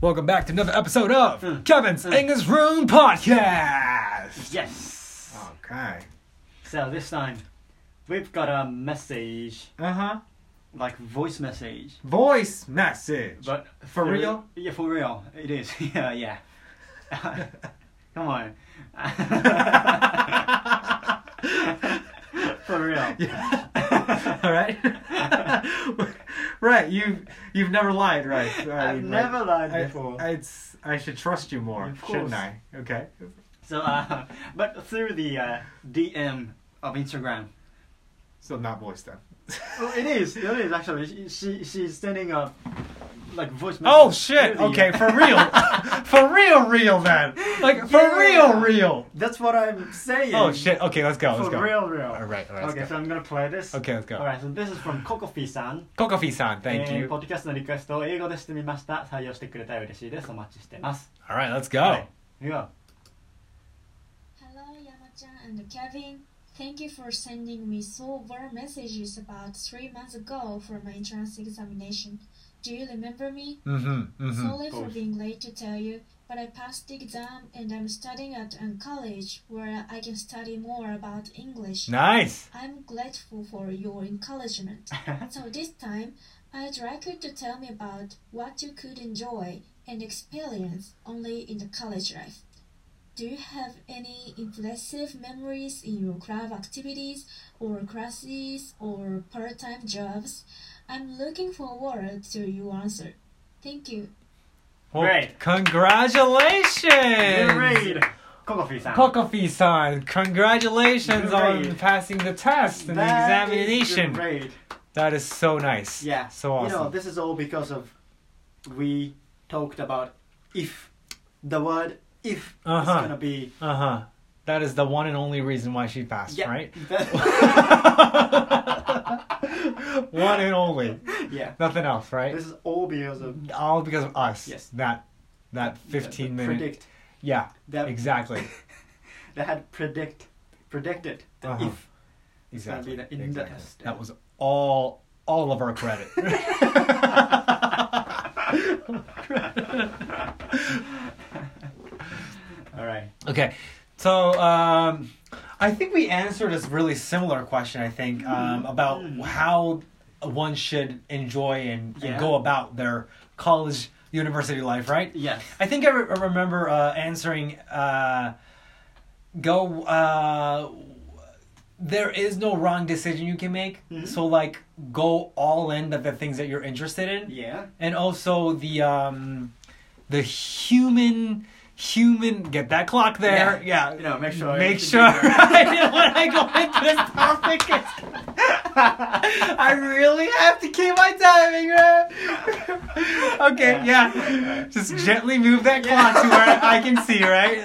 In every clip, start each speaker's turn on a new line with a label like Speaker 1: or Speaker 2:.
Speaker 1: Welcome back to another episode of Kevin's English Room Podcast.
Speaker 2: Hmm. Yes.
Speaker 1: Okay.
Speaker 2: So this time, we've got a message,
Speaker 1: Uh huh.
Speaker 2: like voice message.
Speaker 1: Voice message.
Speaker 2: But
Speaker 1: For
Speaker 2: the-
Speaker 1: real?
Speaker 2: Yeah, for real. It is. yeah, yeah. Come on. for real.
Speaker 1: Yeah. All right. right. You've you've never lied, right? I
Speaker 2: I've
Speaker 1: mean, like,
Speaker 2: never lied
Speaker 1: I-
Speaker 2: before.
Speaker 1: I, it's I should trust you more,
Speaker 2: Of
Speaker 1: shouldn't
Speaker 2: course.
Speaker 1: I? Okay.
Speaker 2: so, uh, but through the uh, DM of Instagram.
Speaker 1: So not voice then.
Speaker 2: Oh, it is. It is actually. She, she she's sending a like voice.
Speaker 1: Oh
Speaker 2: message
Speaker 1: shit!
Speaker 2: through the-
Speaker 1: Okay,
Speaker 2: uh,
Speaker 1: for real, for real, real then. Like for
Speaker 2: Yeah.
Speaker 1: real, real.
Speaker 2: That's what I'm saying.
Speaker 1: Oh shit! Okay, let's go.
Speaker 2: For
Speaker 1: Let's go.
Speaker 2: real, real.
Speaker 1: All right. All right.
Speaker 2: Okay,
Speaker 1: let's
Speaker 2: so
Speaker 1: go.
Speaker 2: I'm gonna play this.
Speaker 1: Okay, let's go.
Speaker 2: Alright, so this is from Kokofi-san.
Speaker 1: コカフィさん、thank
Speaker 2: えー
Speaker 1: you.
Speaker 2: ポッドキャストのリクエストを英語でしてみました。採用してくれたら嬉しいです。お待ちしてます。
Speaker 1: All right, let's
Speaker 2: は
Speaker 1: go.
Speaker 2: い。い や
Speaker 3: Hello, Yamachan and Kevin. Thank you for sending me so warm messages about three months ago for my entrance examination. Do you remember me?
Speaker 1: Mm-hmm. Mm-hmm.
Speaker 3: Sorry for
Speaker 2: course.
Speaker 3: being late to tell you, but I passed the exam and I'm studying at a college where I can study more about English.
Speaker 1: Nice.
Speaker 3: I'm grateful for your encouragement. so this time, I'd like you to tell me about what you could enjoy and experience only in the college life. Do you have any impressive memories in your club activities or classes or part-time jobs? I'm looking forward to your answer. Thank you.
Speaker 2: Great.
Speaker 1: Congratulations.
Speaker 2: Great. Kokofi-san.
Speaker 1: コカフィさん congratulations on
Speaker 2: Great.
Speaker 1: passing the test and the
Speaker 2: That is
Speaker 1: examination.
Speaker 2: Great.
Speaker 1: That is so nice.
Speaker 2: Yeah.
Speaker 1: So
Speaker 2: You know,
Speaker 1: awesome.
Speaker 2: this is all because of we talked about if the word if is
Speaker 1: Uh-huh.
Speaker 2: gonna be
Speaker 1: Uh huh. That is the one and only reason why she passed, right? one and only.
Speaker 2: yeah.
Speaker 1: Nothing else, right?
Speaker 2: This is all because of
Speaker 1: All because of us.
Speaker 2: Yes.
Speaker 1: That that 15
Speaker 2: the
Speaker 1: minute.
Speaker 2: predict
Speaker 1: Yeah.
Speaker 2: that
Speaker 1: Exactly.
Speaker 2: that had predict predicted the
Speaker 1: Uh-huh.
Speaker 2: if gonna
Speaker 1: Exactly.
Speaker 2: be the in the
Speaker 1: exactly.
Speaker 2: test.
Speaker 1: That was all all of our credit.
Speaker 2: all right
Speaker 1: okay. So um, I think we answered this really similar question. I think um, about
Speaker 2: Mm.
Speaker 1: how one should enjoy and, and
Speaker 2: Yeah.
Speaker 1: go about their college university life, right?
Speaker 2: yes
Speaker 1: I think I, re- I remember uh, answering. Uh, go. Uh, there is no wrong decision you can make.
Speaker 2: Mhm.
Speaker 1: So like, go all in at the things that you're interested in,
Speaker 2: yeah
Speaker 1: and also the um, the human human get that clock there. Yeah.
Speaker 2: you know make sure
Speaker 1: Make
Speaker 2: it's-
Speaker 1: sure I know when I go into this topic. it's- I really have to keep my timing, right? okay, yeah.
Speaker 2: Yeah.
Speaker 1: Just gently move that clock to where I can see, right?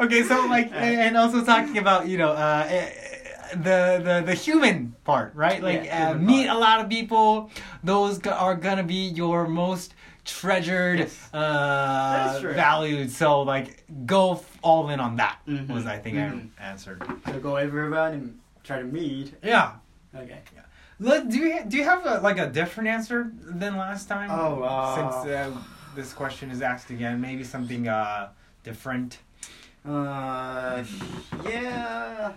Speaker 1: Okay, so like, a- and also talking about you know uh, eh, the the the human part, right? Like
Speaker 2: Yeah,
Speaker 1: uh,
Speaker 2: human
Speaker 1: meet
Speaker 2: part.
Speaker 1: a lot of people. Those go- are gonna be your most treasured
Speaker 2: Yes.
Speaker 1: uh,
Speaker 2: is true.
Speaker 1: valued. So like, go f- all in on that.
Speaker 2: Mhm.
Speaker 1: Was I think
Speaker 2: Mhm.
Speaker 1: I answered?
Speaker 2: so go everywhere and try to meet
Speaker 1: Yeah.
Speaker 2: okay
Speaker 1: Look, do you do you have a, like a different answer than last time?
Speaker 2: Oh, uh,
Speaker 1: since uh, this question is asked again, maybe something uh, different.
Speaker 2: uh yeah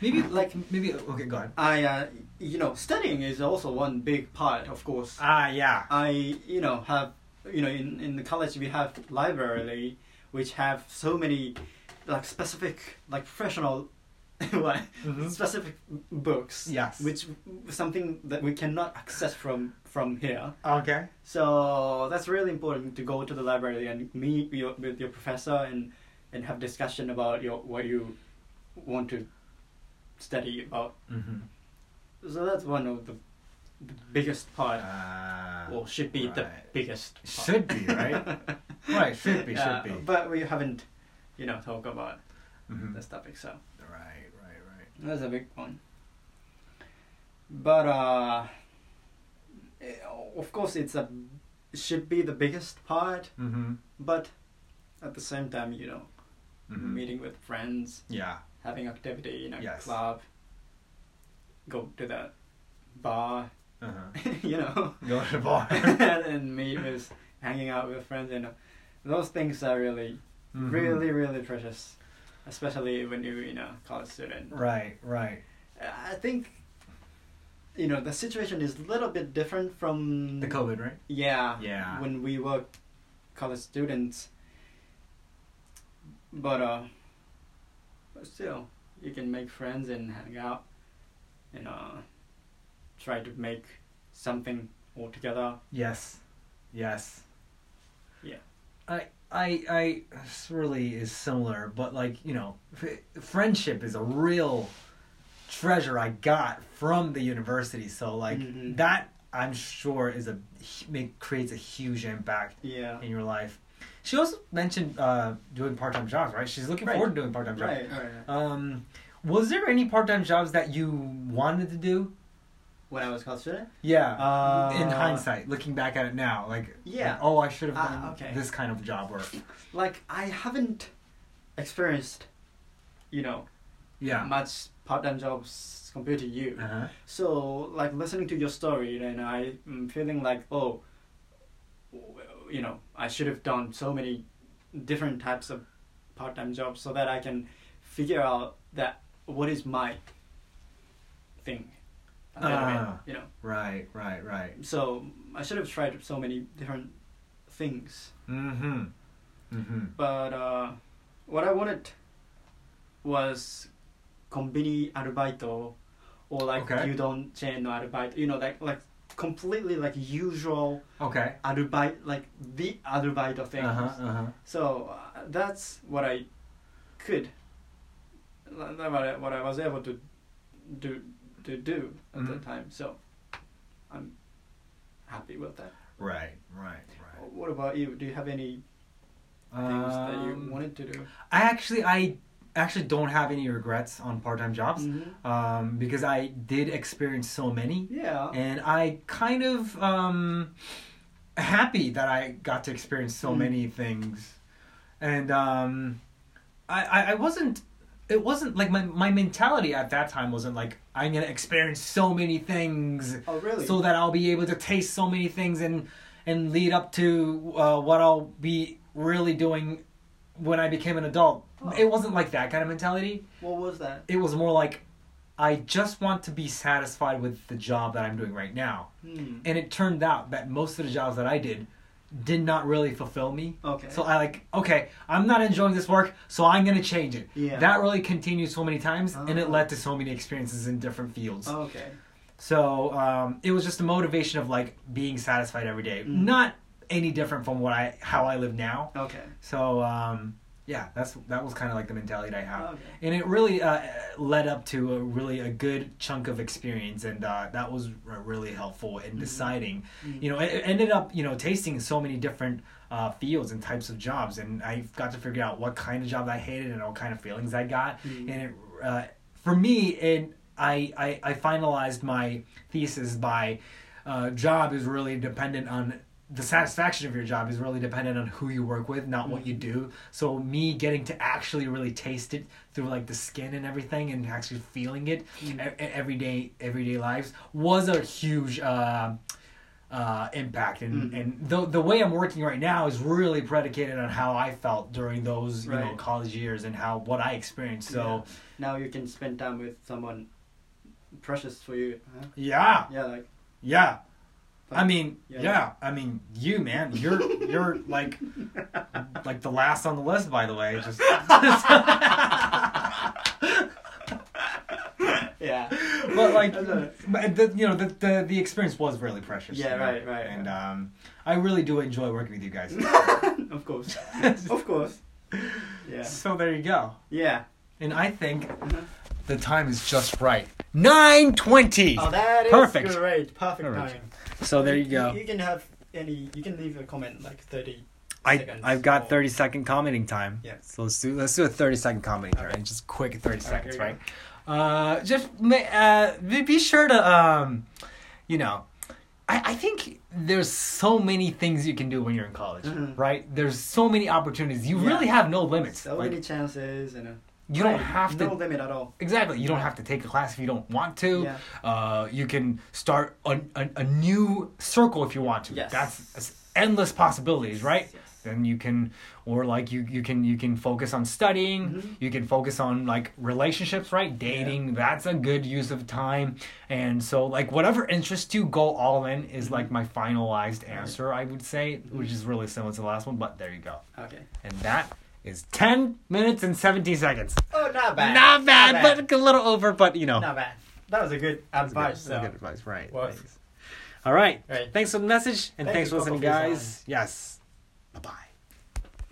Speaker 1: Maybe like maybe okay, go ahead.
Speaker 2: i uh you know studying is also one big part of course
Speaker 1: Ah, yeah.
Speaker 2: I you know have you know in, in the college we have library which have so many like specific like professional what
Speaker 1: Mhm.
Speaker 2: specific books
Speaker 1: Yes.
Speaker 2: which something that we cannot access from from here
Speaker 1: Okay.
Speaker 2: so that's really important to go to the library and meet your, with your professor and and have discussion about your what you want to study about
Speaker 1: Mm-hmm.
Speaker 2: so that's one of the, the biggest part
Speaker 1: Uh,
Speaker 2: or should be the
Speaker 1: right.
Speaker 2: biggest. part.
Speaker 1: Should be, right? Right, should be, should
Speaker 2: Yeah,
Speaker 1: be.
Speaker 2: But we haven't, you know, talked about
Speaker 1: Mhm.
Speaker 2: this topic, so
Speaker 1: Right, right,
Speaker 2: that's a big one. But uh, eh, of course, it's a should be the biggest part.
Speaker 1: right. Mm-hmm.
Speaker 2: But at the same time, you know,
Speaker 1: hmm
Speaker 2: meeting with friends,
Speaker 1: Yeah.
Speaker 2: having activity in a
Speaker 1: Yes.
Speaker 2: club, go to the bar,
Speaker 1: Uh-huh.
Speaker 2: you know,
Speaker 1: Go to the bar.
Speaker 2: and meet with hanging out with friends, you know, those things are really,
Speaker 1: Mhm.
Speaker 2: really, really precious, especially when you're you know college student.
Speaker 1: Right, right.
Speaker 2: I think, you know, the situation is a little bit different from
Speaker 1: The COVID, right?
Speaker 2: Yeah.
Speaker 1: Yeah.
Speaker 2: When we were college students, but uh, but still, you can make friends and hang out, and uh, try to make something all together.
Speaker 1: Yes. Yes.
Speaker 2: Yeah.
Speaker 1: I I I this really is similar, but like, you know, f- friendship is a real treasure I got from the university. So like
Speaker 2: Mhm.
Speaker 1: that I'm sure is a hu- make creates a huge impact
Speaker 2: Yeah.
Speaker 1: in your life. She also mentioned uh, doing part-time jobs, right? She's looking
Speaker 2: Right.
Speaker 1: forward to doing part-time jobs.
Speaker 2: Right. right.
Speaker 1: Um, was there any part-time jobs that you wanted to do?
Speaker 2: When I was college student.
Speaker 1: Yeah.
Speaker 2: Uh,
Speaker 1: in hindsight, looking back at it now, like
Speaker 2: Yeah.
Speaker 1: like, oh, I should have
Speaker 2: Ah,
Speaker 1: done
Speaker 2: okay.
Speaker 1: this kind of job work.
Speaker 2: like I haven't experienced, you know,
Speaker 1: Yeah.
Speaker 2: much part-time jobs compared to you.
Speaker 1: uh-huh.
Speaker 2: So, like listening to your story, and I am feeling like, oh, w- you know, I should have done so many different types of part-time jobs so that I can figure out that what is my thing. a little bit,
Speaker 1: Ah.
Speaker 2: you know,
Speaker 1: Right. Right. Right.
Speaker 2: so I should have tried so many different things.
Speaker 1: Mm-hmm. Mm-hmm.
Speaker 2: But uh, what I wanted was kombini arubaito or like
Speaker 1: Okay.
Speaker 2: udon chain no arubaito. You know, like like completely like usual
Speaker 1: Okay.
Speaker 2: arubaito, like the arubaito things.
Speaker 1: Uh huh. Uh huh.
Speaker 2: So uh, that's what I could. Like, that what I, what I was able to do to do at
Speaker 1: Mhm.
Speaker 2: that time. So I'm happy with that.
Speaker 1: Right. Right. Right.
Speaker 2: What about you? Do you have any things that you
Speaker 1: Um,
Speaker 2: wanted to do?
Speaker 1: I actually, I actually don't have any regrets on part-time jobs,
Speaker 2: Mhm.
Speaker 1: um, because I did experience so many,
Speaker 2: Yeah.
Speaker 1: and I kind of um, happy that I got to experience so
Speaker 2: Mm.
Speaker 1: many things, and um, I, I I wasn't it wasn't like my my mentality at that time wasn't like I'm gonna experience so many things
Speaker 2: Oh, really?
Speaker 1: so that I'll be able to taste so many things and and lead up to uh, what I'll be really doing when I became an adult.
Speaker 2: Oh.
Speaker 1: It wasn't like that kind of mentality.
Speaker 2: what was that?
Speaker 1: It was more like I just want to be satisfied with the job that I'm doing right now.
Speaker 2: Hmm.
Speaker 1: And it turned out that most of the jobs that I did did not really fulfill me.
Speaker 2: Oh, Okay.
Speaker 1: So I like okay, I'm not enjoying this work, so I'm gonna change it.
Speaker 2: Yeah.
Speaker 1: That really continued so many times, and it
Speaker 2: Oh.
Speaker 1: led to so many experiences in different fields.
Speaker 2: okay.
Speaker 1: So um, it was just the motivation of like being satisfied every day,
Speaker 2: Mm.
Speaker 1: not any different from what I how I live now.
Speaker 2: Okay.
Speaker 1: So um, yeah, that's that was kind of like the mentality that I have,
Speaker 2: Okay.
Speaker 1: and it really uh, led up to a really a good chunk of experience, and uh, that was r- really helpful in deciding.
Speaker 2: Mm.
Speaker 1: You know, it, it ended up you know tasting so many different. Uh, fields and types of jobs, and I got to figure out what kind of job I hated and what kind of feelings I got,
Speaker 2: Mm.
Speaker 1: and it uh, for me it I, I I finalized my thesis by uh, job is really dependent on the satisfaction of your job is really dependent on who you work with not what you do so me getting to actually really taste it through like the skin and everything and actually feeling it
Speaker 2: Mm.
Speaker 1: e- e- everyday everyday lives was a huge uh, uh, impact and
Speaker 2: Mhm.
Speaker 1: and the the way I'm working right now is really predicated on how I felt during those you know
Speaker 2: Right.
Speaker 1: college years and how what I experienced so
Speaker 2: now you can spend time with someone precious for you. Huh?
Speaker 1: yeah
Speaker 2: Yeah, like
Speaker 1: yeah,
Speaker 2: But-
Speaker 1: I mean yeah.
Speaker 2: yeah.
Speaker 1: I mean you man you're you're like like the last on the list by the way just
Speaker 2: yeah.
Speaker 1: but like
Speaker 2: I know.
Speaker 1: but the, you know the, the the experience was really precious
Speaker 2: Yeah,
Speaker 1: you know?
Speaker 2: right, right,
Speaker 1: and um I really do enjoy working with you guys
Speaker 2: of course. of course. Yeah.
Speaker 1: so there you go
Speaker 2: Yeah.
Speaker 1: and I think
Speaker 2: Mhm.
Speaker 1: the time is just right. 920.
Speaker 2: Oh, that is
Speaker 1: Perfect.
Speaker 2: great. Perfect
Speaker 1: Perfect.
Speaker 2: time.
Speaker 1: So there you go.
Speaker 2: You can have any. You can leave a comment like thirty.
Speaker 1: I
Speaker 2: seconds
Speaker 1: I've got 30
Speaker 2: or-
Speaker 1: second commenting time.
Speaker 2: Yeah.
Speaker 1: So let's do let's do a 30 second commenting time.
Speaker 2: Okay.
Speaker 1: and Just quick 30
Speaker 2: All right,
Speaker 1: seconds,
Speaker 2: here we
Speaker 1: right? Uh just ma- uh be be sure to um you know I, I think there's so many things you can do when you're in college,
Speaker 2: Mhm.
Speaker 1: right? There's so many opportunities. You
Speaker 2: Yeah.
Speaker 1: really have no limits.
Speaker 2: So
Speaker 1: Like,
Speaker 2: many chances and. Uh,
Speaker 1: you don't
Speaker 2: right,
Speaker 1: have to
Speaker 2: No limit at all.
Speaker 1: Exactly. You don't have to take a class if you don't want to.
Speaker 2: Yeah.
Speaker 1: Uh, you can start a, a, a new circle if you want to.
Speaker 2: Yes.
Speaker 1: That's endless possibilities, right?
Speaker 2: Yes.
Speaker 1: Then you can, or like you you can you can focus on studying.
Speaker 2: Mhm.
Speaker 1: You can focus on like relationships, right? Dating. That's a good use of time. And so like whatever interests you, go all in is
Speaker 2: Mm-hmm.
Speaker 1: like my finalized answer. I would say, which is really similar to the last one. But there you go.
Speaker 2: Okay.
Speaker 1: And that is ten minutes and seventeen seconds.
Speaker 2: Oh, not bad.
Speaker 1: Not bad, but a little over. But you know.
Speaker 2: not bad. That was a good advice.
Speaker 1: That's
Speaker 2: though.
Speaker 1: good advice, right?
Speaker 2: Works.
Speaker 1: Thanks. All right.
Speaker 2: Right.
Speaker 1: Thanks for the message and
Speaker 2: Thank
Speaker 1: thanks for
Speaker 2: you, Coco,
Speaker 1: listening,
Speaker 2: for your
Speaker 1: guys. Yes. Bye bye.